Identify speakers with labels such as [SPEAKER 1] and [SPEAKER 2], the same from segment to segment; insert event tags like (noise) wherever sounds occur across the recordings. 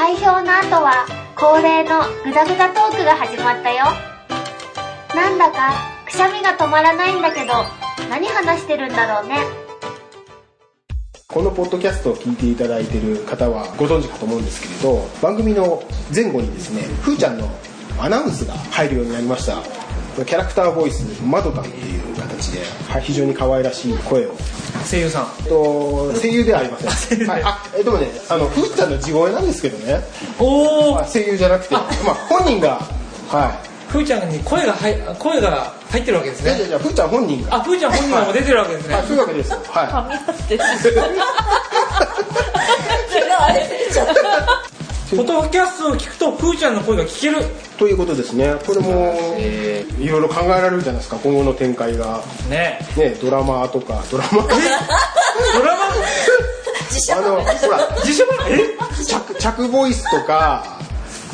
[SPEAKER 1] 後は恒例のグダグダトークが始まったよなんだかくしゃみが止まらないんだけど何話してるんだろうね
[SPEAKER 2] このポッドキャストを聞いていただいている方はご存知かと思うんですけれど番組の前後にですねふーちゃんのアナウンスが入るようになりましたキャラクターボイスマドタンっていう形ではい非常に可愛らしい声を
[SPEAKER 3] 声優さん
[SPEAKER 2] えっと声優ではありません、はい、あえでもねあのふーちゃんの地声なんですけどね
[SPEAKER 3] おお
[SPEAKER 2] あ声優じゃなくてまあ本人がはい
[SPEAKER 3] ふーちゃんに声が入声が入ってるわけです
[SPEAKER 2] じゃじ
[SPEAKER 3] ね
[SPEAKER 2] ゃじゃふーちゃん本人が
[SPEAKER 3] あふーちゃん本人も出てるわ
[SPEAKER 2] (laughs)
[SPEAKER 3] けですね
[SPEAKER 2] はいそういうわけですは
[SPEAKER 4] み出してる。それはあれ出ちゃった。
[SPEAKER 3] フォトキャストを聞くとふーちゃんの声が聞ける
[SPEAKER 2] い (laughs) ということですねこれもいろいろ考えられるじゃないですか今後の展開が
[SPEAKER 3] ね
[SPEAKER 2] ねドラマとかドラマ
[SPEAKER 3] ドラマ
[SPEAKER 4] 自
[SPEAKER 2] あ
[SPEAKER 4] 社
[SPEAKER 2] のほら
[SPEAKER 3] 自社版え
[SPEAKER 2] 着着ボイスとか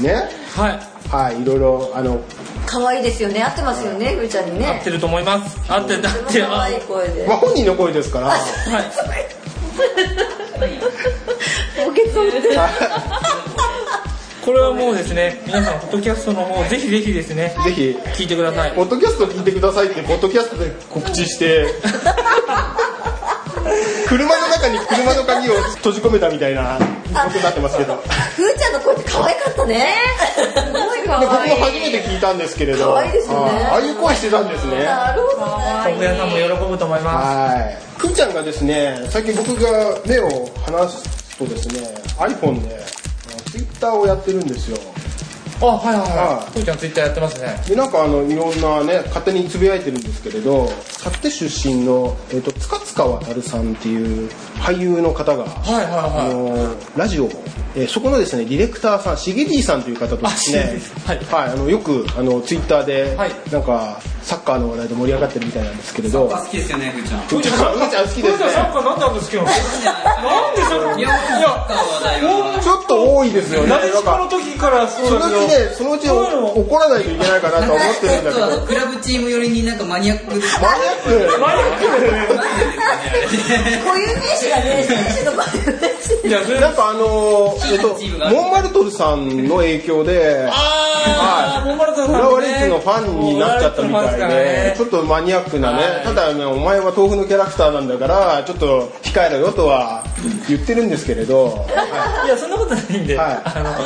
[SPEAKER 2] ね
[SPEAKER 3] はい
[SPEAKER 2] はいいろいろあの
[SPEAKER 4] 可愛いですよね。合ってますよね、ふーちゃんに
[SPEAKER 3] 合っ
[SPEAKER 4] ね
[SPEAKER 3] て。ると思います合ってる合
[SPEAKER 4] と
[SPEAKER 3] って
[SPEAKER 4] て
[SPEAKER 3] る
[SPEAKER 4] も可
[SPEAKER 3] は
[SPEAKER 4] 愛い声で
[SPEAKER 2] ま。あ本人の声ですから
[SPEAKER 3] い
[SPEAKER 4] ボケそうで。
[SPEAKER 3] これはもうですね皆さんフォトキャストの方ぜひぜひですね
[SPEAKER 2] ぜひ
[SPEAKER 3] 聞いてください
[SPEAKER 2] ポッドキャスト聞いてくださいってポッドキャストで告知
[SPEAKER 4] (laughs)
[SPEAKER 2] して車の中に車の鍵を閉じ込めたみたいなことになってますけどで
[SPEAKER 4] ふーちゃんの声って可愛かったね。すごい
[SPEAKER 2] 僕も
[SPEAKER 4] 可愛い。
[SPEAKER 2] 初めて聞いたんですけれど
[SPEAKER 4] 可愛いですよね
[SPEAKER 2] あああいう声してたんですね
[SPEAKER 4] なるほどね。
[SPEAKER 3] 徳屋さんも喜ぶと思いま
[SPEAKER 2] はいくーちゃんがですね最近僕が目を離すとですね iPhone で Twitter をやってるんですよ
[SPEAKER 3] すあはいはい
[SPEAKER 2] は
[SPEAKER 3] はいいふーちゃんツイッターやってますね
[SPEAKER 2] でなんかあのいろんなね勝手につぶやいてるんですけれど勝手出身の、えっと塚塚渉さんっていう俳優の方が、
[SPEAKER 3] はいはい
[SPEAKER 2] あ
[SPEAKER 3] はい
[SPEAKER 2] のーラジオを、えーそこのですねディレクターさんシゲディさんという方とです
[SPEAKER 3] あシゲ
[SPEAKER 2] ね
[SPEAKER 3] ディはい
[SPEAKER 2] あのよくあのツイッターで、
[SPEAKER 3] はい
[SPEAKER 2] なんかサッカーの話題で盛り上がってるみたいなんですけれど
[SPEAKER 5] 好きですよね、ふーちゃん。
[SPEAKER 2] うーちゃんうーちゃん好き
[SPEAKER 3] ふ
[SPEAKER 2] で
[SPEAKER 3] ー
[SPEAKER 2] す
[SPEAKER 3] ちゃんサッ
[SPEAKER 2] ね
[SPEAKER 3] カーなんなんですけどなんでサッカーいや
[SPEAKER 2] ちょっと多いですよね
[SPEAKER 3] なで
[SPEAKER 2] な
[SPEAKER 3] し
[SPEAKER 2] ん
[SPEAKER 3] この
[SPEAKER 2] か
[SPEAKER 3] 時からそ
[SPEAKER 2] そうの
[SPEAKER 3] だ
[SPEAKER 2] う
[SPEAKER 3] け
[SPEAKER 2] ち
[SPEAKER 3] ど
[SPEAKER 2] ねそのうち
[SPEAKER 3] そうなの
[SPEAKER 2] 怒らないといけないかなとは思ってるんだけど
[SPEAKER 5] ちょっとクラブチーム寄りになんかマニアックです。
[SPEAKER 2] マニアック
[SPEAKER 3] マニアックだよね
[SPEAKER 4] 固有名詞がね、選手の固有名詞。
[SPEAKER 3] いやそれ
[SPEAKER 2] なんかあのーえっと
[SPEAKER 5] チームが、
[SPEAKER 2] モンマルトルさんの影響で、
[SPEAKER 3] あー、モンマルタさん、ね。
[SPEAKER 2] 浦和レッズのファンになっちゃったみたいで、ちょっとマニアックな
[SPEAKER 3] は
[SPEAKER 2] ね、
[SPEAKER 3] い
[SPEAKER 2] ただね、お前は豆腐のキャラクターなんだから、ちょっと控えろよとは言ってるんですけれど、
[SPEAKER 3] いや、そんなことないんで。
[SPEAKER 2] はい
[SPEAKER 3] あ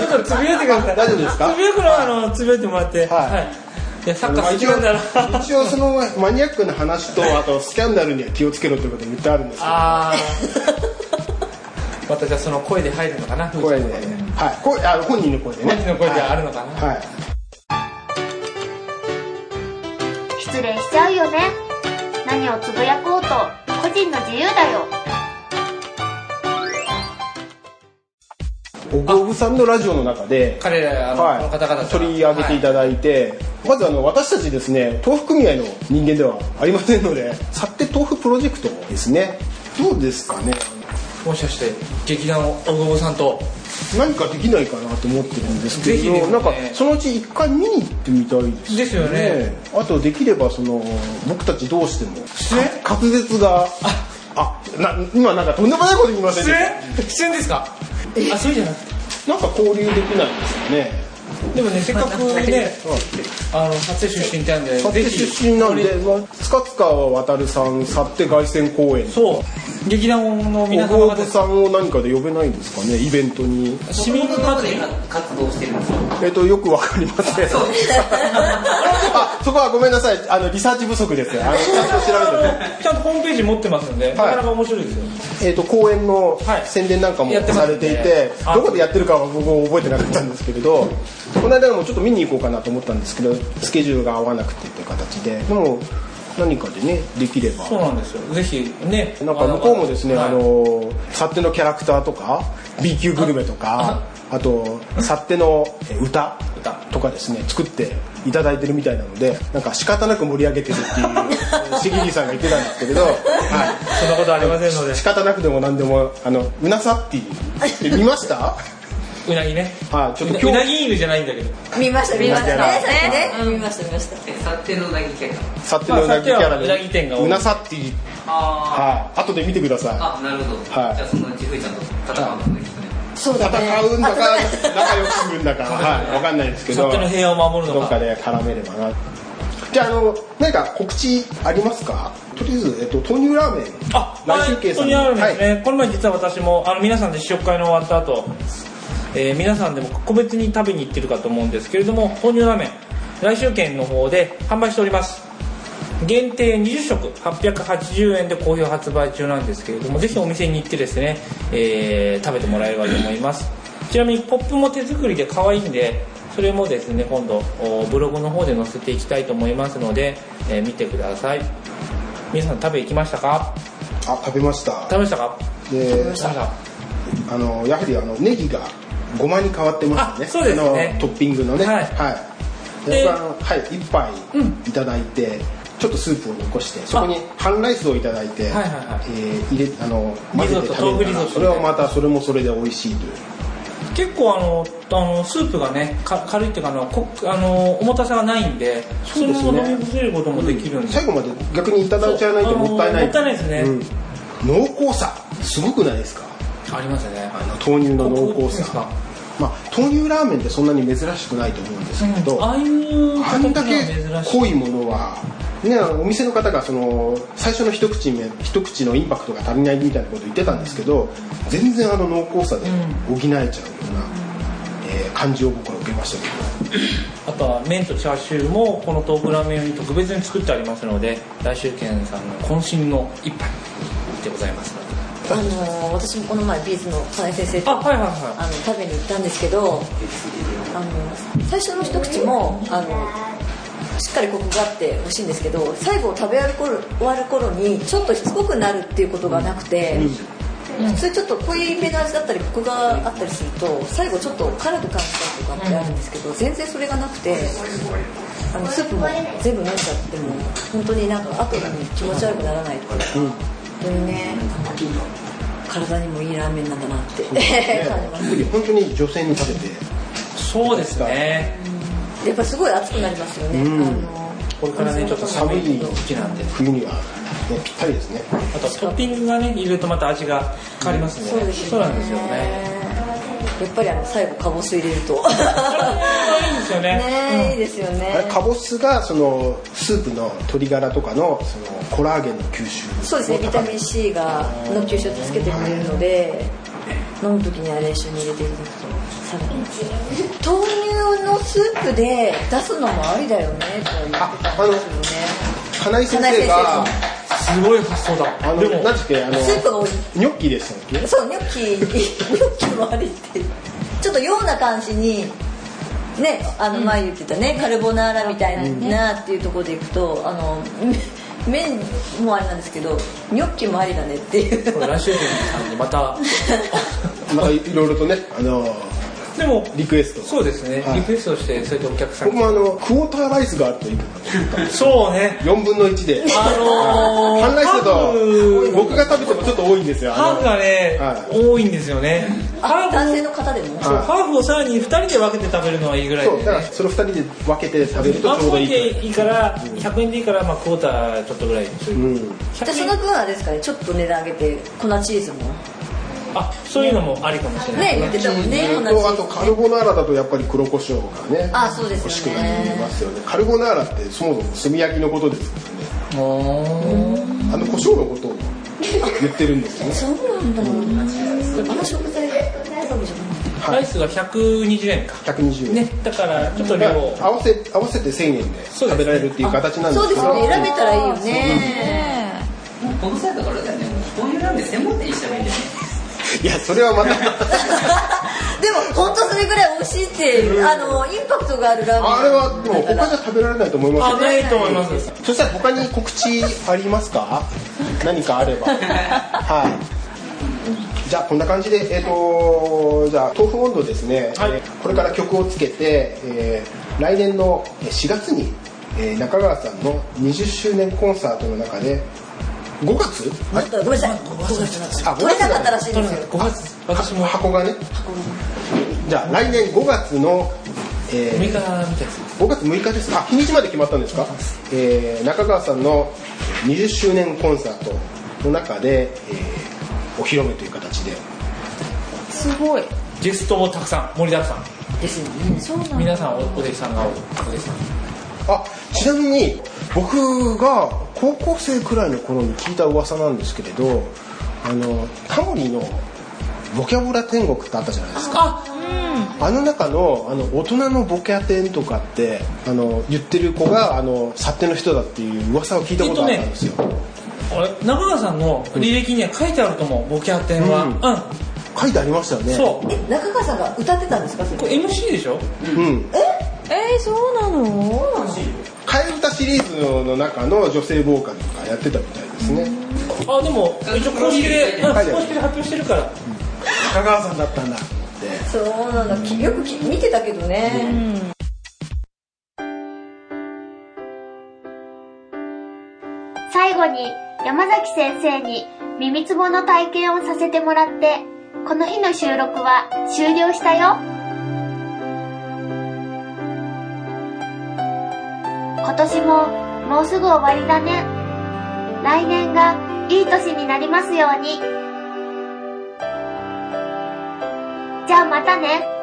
[SPEAKER 3] の、ちょっとつぶやいてください。
[SPEAKER 2] 大丈夫ですか
[SPEAKER 3] つぶやくのは、あの、つぶやいてもらって。
[SPEAKER 2] はい
[SPEAKER 3] い。いや、サッカー
[SPEAKER 2] まあ
[SPEAKER 3] 好き
[SPEAKER 2] 一
[SPEAKER 3] なんだな。
[SPEAKER 2] 応、一応そのマニアックな話と、あとスキャンダルには気をつけろということを言ってあるんですけど、
[SPEAKER 3] あー。またじゃあその声で入るのかな
[SPEAKER 2] 声で、
[SPEAKER 3] 本
[SPEAKER 2] はい、声あ本人の声でね。
[SPEAKER 3] 人の声であるのかな、
[SPEAKER 2] はい
[SPEAKER 1] 失礼しちゃうよね何をつぶやこうと個人の自由だよ
[SPEAKER 2] おごぶさんのラジオの中で、
[SPEAKER 3] 彼らあの、
[SPEAKER 2] はい、
[SPEAKER 3] この方々から
[SPEAKER 2] 取り上げてい
[SPEAKER 3] は
[SPEAKER 2] ただいて、まずあの私たちですね豆腐組合の人間ではありませんので去って豆腐プロジェクトですねどうですかね
[SPEAKER 3] いもしかして劇団おごぼさんと
[SPEAKER 2] 何かできないかなと思ってるんですけ
[SPEAKER 3] ぜひ
[SPEAKER 2] ど、
[SPEAKER 3] ですね
[SPEAKER 2] なんかそのうち一回見に行ってみたいですね
[SPEAKER 3] ですよね
[SPEAKER 2] あとできればその僕たちどうしてもか滑舌があな今なんかとんでもないこと言いません
[SPEAKER 3] 出
[SPEAKER 2] でし
[SPEAKER 3] 演出演ですかあそうじゃなくて
[SPEAKER 2] たなんか交流できないですよね
[SPEAKER 3] でもねせっかくねあの撮影出身ってあるんで
[SPEAKER 2] 幸手
[SPEAKER 3] ぜひ
[SPEAKER 2] 出身なんで塚塚渉さん去って凱旋公演
[SPEAKER 3] そう劇団の皆
[SPEAKER 2] ご
[SPEAKER 3] 様
[SPEAKER 2] 応
[SPEAKER 3] 方
[SPEAKER 2] 募さんを何かで呼べないんですかねイベントに
[SPEAKER 3] 市民祭り
[SPEAKER 5] 活動してるんですよ。
[SPEAKER 2] えっとよくわかりま
[SPEAKER 3] (laughs)
[SPEAKER 2] せんあそこはごめんなさいあのリサーチ不足ですあのちゃんと調べてね
[SPEAKER 3] ちゃんとホームページ持ってますんで、なかなか面白いですよ。
[SPEAKER 2] えっと公演の
[SPEAKER 3] はい
[SPEAKER 2] 宣伝なんかも
[SPEAKER 3] やってます
[SPEAKER 2] されていて
[SPEAKER 3] あ
[SPEAKER 2] どこでやってるかは僕も覚えてなかったんですけれどこの間でもちょっと見に行こうかなと思ったんですけどスケジュールが合わなくてっていう形ででも何かでねできれば
[SPEAKER 3] そうなんですよ。ぜひね。
[SPEAKER 2] なんか向こうもですね、
[SPEAKER 3] はい
[SPEAKER 2] あの勝手のキャラクターとか B 級グルメとかあと勝手の歌
[SPEAKER 3] 歌
[SPEAKER 2] とかですね作っていただいてるみたいなのでなんか仕方なく盛り上げてるって
[SPEAKER 3] (laughs)
[SPEAKER 2] いうしぎりさんが言ってたんですけれど、は
[SPEAKER 3] そんなことありませんので
[SPEAKER 2] い、仕。方なくでも何でもあのうなさっていう見ました
[SPEAKER 3] うなぎね。
[SPEAKER 2] はいちょっと
[SPEAKER 3] う
[SPEAKER 2] 今
[SPEAKER 3] な
[SPEAKER 2] 日
[SPEAKER 3] ぎ犬じゃないんだけど。
[SPEAKER 4] 見ました、見ましたね。
[SPEAKER 2] 見ました
[SPEAKER 4] さっきね見ました、見ました。
[SPEAKER 5] え、さてのなぎキャラ。
[SPEAKER 2] 勝手のうなぎキャラ
[SPEAKER 3] まあ幸手はうなぎ店が
[SPEAKER 2] で
[SPEAKER 3] 多いう
[SPEAKER 2] なさっていう
[SPEAKER 5] あ
[SPEAKER 2] はい後で見てください
[SPEAKER 5] あ。あ、なるほど。
[SPEAKER 2] はい
[SPEAKER 5] じゃあそのうちふーちゃんと戦うことができたね。
[SPEAKER 4] そうだね
[SPEAKER 2] 戦うんだか
[SPEAKER 4] あ戦う
[SPEAKER 2] 仲良くするんだか、はい、分かんないですけど
[SPEAKER 3] 勝手の平和を守る
[SPEAKER 2] ど
[SPEAKER 3] の
[SPEAKER 2] っか
[SPEAKER 3] か
[SPEAKER 2] で絡めればなじゃああの何か告知ありますかとりあえず、えっと、豆乳ラーメン
[SPEAKER 3] あ、
[SPEAKER 2] 来
[SPEAKER 3] はい、
[SPEAKER 2] 週
[SPEAKER 3] 本
[SPEAKER 2] 計
[SPEAKER 3] 当
[SPEAKER 2] 算
[SPEAKER 3] にあるんですね、
[SPEAKER 2] はい
[SPEAKER 3] この前実は私もあの皆さんで試食会の終わった後、えー皆さんでも個別に食べに行ってるかと思うんですけれども豆乳ラーメン来週券の方で販売しております限定20食880円で好評発売中なんですけれどもぜひお店に行ってですね、えー食べてもらえればと思いますちなみにポップも手作りで可愛いんでそれもですね今度おブログの方で載せていきたいと思いますので、えー見てください皆さん食べ行きましたか
[SPEAKER 2] あ食べました
[SPEAKER 3] 食べましたか
[SPEAKER 2] で
[SPEAKER 3] 食べました
[SPEAKER 2] あのやはりあのネギがごまに変わってますね
[SPEAKER 3] あそうですね
[SPEAKER 2] あのトッピングのね
[SPEAKER 3] はい
[SPEAKER 2] はい
[SPEAKER 3] で
[SPEAKER 2] で僕はあのはい一杯いただいて、ちょっとスープを残してそこに半ライスをいただいて、
[SPEAKER 3] はいはいはい
[SPEAKER 2] えー入れあの混ぜて
[SPEAKER 3] リゾ
[SPEAKER 2] 食べる
[SPEAKER 3] ット
[SPEAKER 2] か
[SPEAKER 3] 豆腐リゾッ
[SPEAKER 2] ら
[SPEAKER 3] ト
[SPEAKER 2] それはまたそれもそれで美味しいという
[SPEAKER 3] 結構あのあのスープがねか軽いっていうかあのこあの重たさがないんでそ
[SPEAKER 2] そうですね
[SPEAKER 3] のまま飲み干せることもできるんで、
[SPEAKER 2] 最後まで逆にいただいちゃわないともったいない
[SPEAKER 3] そうあのもったいないです
[SPEAKER 2] うん濃厚さすごくないですか
[SPEAKER 3] ありますよね
[SPEAKER 2] あの豆乳の濃厚
[SPEAKER 3] ここ
[SPEAKER 2] さまあ豆乳ラーメンってそんなに珍しくないと思うんですけど、
[SPEAKER 3] うんああいう
[SPEAKER 2] あんだけ
[SPEAKER 3] 形が珍しい
[SPEAKER 2] 濃いものは、ね、あのお店の方がその最初の一口目一口のインパクトが足りないみたいなこと言ってたんですけど全然あの濃厚さで補えちゃうような、えー感じを僕は受けました
[SPEAKER 3] (laughs)
[SPEAKER 2] け
[SPEAKER 3] あとは麺とチャーシューもこの豆腐ラーメン用に特別に作ってありますので大集券さんの渾身の一杯でございます
[SPEAKER 4] あのー私もこの前ビーズの金井先生と
[SPEAKER 3] あはいはい
[SPEAKER 4] あ
[SPEAKER 3] は
[SPEAKER 4] の食べに行ったんですけどあの最初の一口もあのしっかりコクがあって美味しいんですけど最後食べ終わる頃終わる頃にちょっとしつこくなるっていうことがなくて、普通ちょっと濃いめの味だったりコクがあったりすると最後ちょっと辛く感じたりとかってあるんですけど、全然それがなくてあのスープも全部飲んじゃっても本当になんか後に気持ち悪くならないっていうか
[SPEAKER 2] ど、うん
[SPEAKER 4] 本当にね体にもいいラーメンなんだなって
[SPEAKER 2] (laughs)
[SPEAKER 4] (laughs)
[SPEAKER 2] ね
[SPEAKER 4] 感じます
[SPEAKER 2] 特に本当に女性に食べて
[SPEAKER 3] いそうですね
[SPEAKER 4] やっぱすごい暑くなりますよね。
[SPEAKER 2] うん
[SPEAKER 4] あの
[SPEAKER 3] これからねちょっと寒い時期なんで
[SPEAKER 2] 冬には、ね、ぴったりですね
[SPEAKER 3] あとはトッピングがね入れるとまた味が変わりますんでね、
[SPEAKER 4] そうですよね。
[SPEAKER 3] なんですよね。
[SPEAKER 4] やっぱりあの最後カボス入れると。
[SPEAKER 3] あれいいですよね
[SPEAKER 4] (laughs) ねえいいですよ
[SPEAKER 2] あれ
[SPEAKER 4] ね。
[SPEAKER 2] カボスがそのスープの鶏ガラとかのそのコラーゲンの吸収
[SPEAKER 4] そうですね。ビタミン C がの吸収を助けてくれるので、飲む時にあれ一緒に入れていただくとさらに。豆乳のスープで出すのもありだよねとは言ってたんですよね。
[SPEAKER 2] 金井先生が
[SPEAKER 4] 金井先
[SPEAKER 3] すごい発想だ
[SPEAKER 2] あの
[SPEAKER 3] でも
[SPEAKER 2] 何でしたっけあの
[SPEAKER 4] スープが多い。
[SPEAKER 2] ニョッキでしたっけ
[SPEAKER 4] そうニョッキニョッキもありってちょっとような感じにねあの前言ってたね、カルボナーラみたいな,、っていうところでいくとあのめ麺もあれなんですけどニョッキもありだねっていう
[SPEAKER 3] これ来週券さんにまた
[SPEAKER 2] なんかいろいろとね、あの
[SPEAKER 3] でも
[SPEAKER 2] リクエスト
[SPEAKER 3] そうですね、
[SPEAKER 2] はい
[SPEAKER 3] リクエストしてそれでお客さん
[SPEAKER 2] 僕もあのクォーターライスがあるといいかなと思ったんです
[SPEAKER 3] そうね
[SPEAKER 2] 4分の1で
[SPEAKER 3] あのー、
[SPEAKER 2] 半ライスだ
[SPEAKER 3] ハー
[SPEAKER 2] と
[SPEAKER 3] フ
[SPEAKER 2] 僕が食べてもちょっと多いんですよあの
[SPEAKER 3] ハーフがね、
[SPEAKER 2] は
[SPEAKER 3] 多いんですよねハ
[SPEAKER 4] あ男
[SPEAKER 3] ー
[SPEAKER 4] 性
[SPEAKER 3] フ
[SPEAKER 4] の方でも、
[SPEAKER 2] はい
[SPEAKER 3] ハーフをさらに2人で分けて食べるのはいいぐらい
[SPEAKER 2] そう
[SPEAKER 3] で
[SPEAKER 2] だから
[SPEAKER 3] ね
[SPEAKER 2] それ2人で分けて食べる
[SPEAKER 3] ま
[SPEAKER 2] と
[SPEAKER 3] あ、
[SPEAKER 2] ちょうどいい
[SPEAKER 3] でいいから、100円でいいから、まあ、クォーターちょっとぐらい。
[SPEAKER 2] うん
[SPEAKER 4] で
[SPEAKER 3] 100
[SPEAKER 4] そ
[SPEAKER 3] 円
[SPEAKER 4] の分あれですかねちょっと値段上げて粉チーズも
[SPEAKER 3] あ、そういうのもありかもしれない。
[SPEAKER 4] ね言ってたもんね粉チ
[SPEAKER 2] とあと
[SPEAKER 4] ー
[SPEAKER 2] カ
[SPEAKER 4] ズ
[SPEAKER 2] ルボナーラだとやっぱり黒胡椒がね
[SPEAKER 4] あそうですよ
[SPEAKER 2] 欲しくな
[SPEAKER 4] ね
[SPEAKER 2] りますよねカルボナーラってそもそも炭焼きのことですからねあの胡椒のことを言ってるんですよね
[SPEAKER 4] そうなんだ、あの食材とかじゃない
[SPEAKER 2] はい
[SPEAKER 3] ライスが120円か。
[SPEAKER 2] 120円
[SPEAKER 3] ね、だから、ちょっと
[SPEAKER 2] だ
[SPEAKER 3] 量
[SPEAKER 2] から
[SPEAKER 3] を。
[SPEAKER 2] 合わせ合わせて1000円で食べられるっていう形なんで
[SPEAKER 4] そう
[SPEAKER 2] す
[SPEAKER 4] で
[SPEAKER 2] け
[SPEAKER 4] す
[SPEAKER 2] ど
[SPEAKER 4] よね選べたらいいよね
[SPEAKER 5] この際だからだよね、もう豆乳ラーメン専門店にしたらいいんだよね。
[SPEAKER 2] いやそれはま
[SPEAKER 4] (laughs)
[SPEAKER 2] た
[SPEAKER 4] でも本当それぐらい美味しいっていうあのインパクトがあるラーメン
[SPEAKER 2] あれはでも他じゃ食べられないと思います
[SPEAKER 3] あ、
[SPEAKER 2] よ
[SPEAKER 3] ないと思います。
[SPEAKER 2] そしたら他に告知ありますか何かあればはいじゃあこんな感じでえっ、とじゃあ豆腐温度ですね、
[SPEAKER 3] はい
[SPEAKER 2] えーこれから曲をつけて、えー来年の4月に、えー中川さんの20周年コンサートの中で5月
[SPEAKER 4] もっとごめんなさい
[SPEAKER 2] あ
[SPEAKER 4] 取れなかったらしいんですよ
[SPEAKER 3] 5月、私も
[SPEAKER 2] 箱がねじゃあ来年5月の、え
[SPEAKER 3] 6
[SPEAKER 2] ー
[SPEAKER 3] 日みたいです。
[SPEAKER 2] 5月6日ですかあ日にちまで決まったんですか、えー中川さんの20周年コンサートの中で、えーお披露目という形です
[SPEAKER 6] ごい
[SPEAKER 3] ゲストもたくさん盛りだくさん
[SPEAKER 4] ですよね
[SPEAKER 6] そうなん
[SPEAKER 3] 皆さんおお弟子さんがおお弟子さん
[SPEAKER 2] あちなみに僕が高校生くらいの頃に聞いた噂なんですけれどあのタモリのボキャブラ天国ってあったじゃないですか
[SPEAKER 3] あ
[SPEAKER 2] あの中のあの大人のボキャ天とかってあの言ってる子があの殺手の人だっていう噂を聞いたことがあったんですよ、
[SPEAKER 3] 俺中川さんの履歴には書いてあると思うボキャンテンは
[SPEAKER 2] う
[SPEAKER 3] うんん、
[SPEAKER 2] 書いてありましたよね
[SPEAKER 3] そう
[SPEAKER 4] え中川さんが歌ってたんですかそ
[SPEAKER 3] こ
[SPEAKER 4] れ
[SPEAKER 3] れ MC でしょ
[SPEAKER 2] う、ん、
[SPEAKER 6] えー、そうなの
[SPEAKER 2] 替え歌シリーズの中の女性ボーカルとかやってたみたいですね
[SPEAKER 3] あでも一応公式で、うん、
[SPEAKER 2] 書
[SPEAKER 3] 公
[SPEAKER 2] いてある
[SPEAKER 3] 式で発表してるから
[SPEAKER 2] 中川さんだったんだと思って
[SPEAKER 4] そうなんだきよくき見てたけどね
[SPEAKER 1] 最後に山崎先生に耳つぼの体験をさせてもらって、この日の収録は終了したよ。今年ももうすぐ終わりだね。来年がいい年になりますように。じゃあまたね。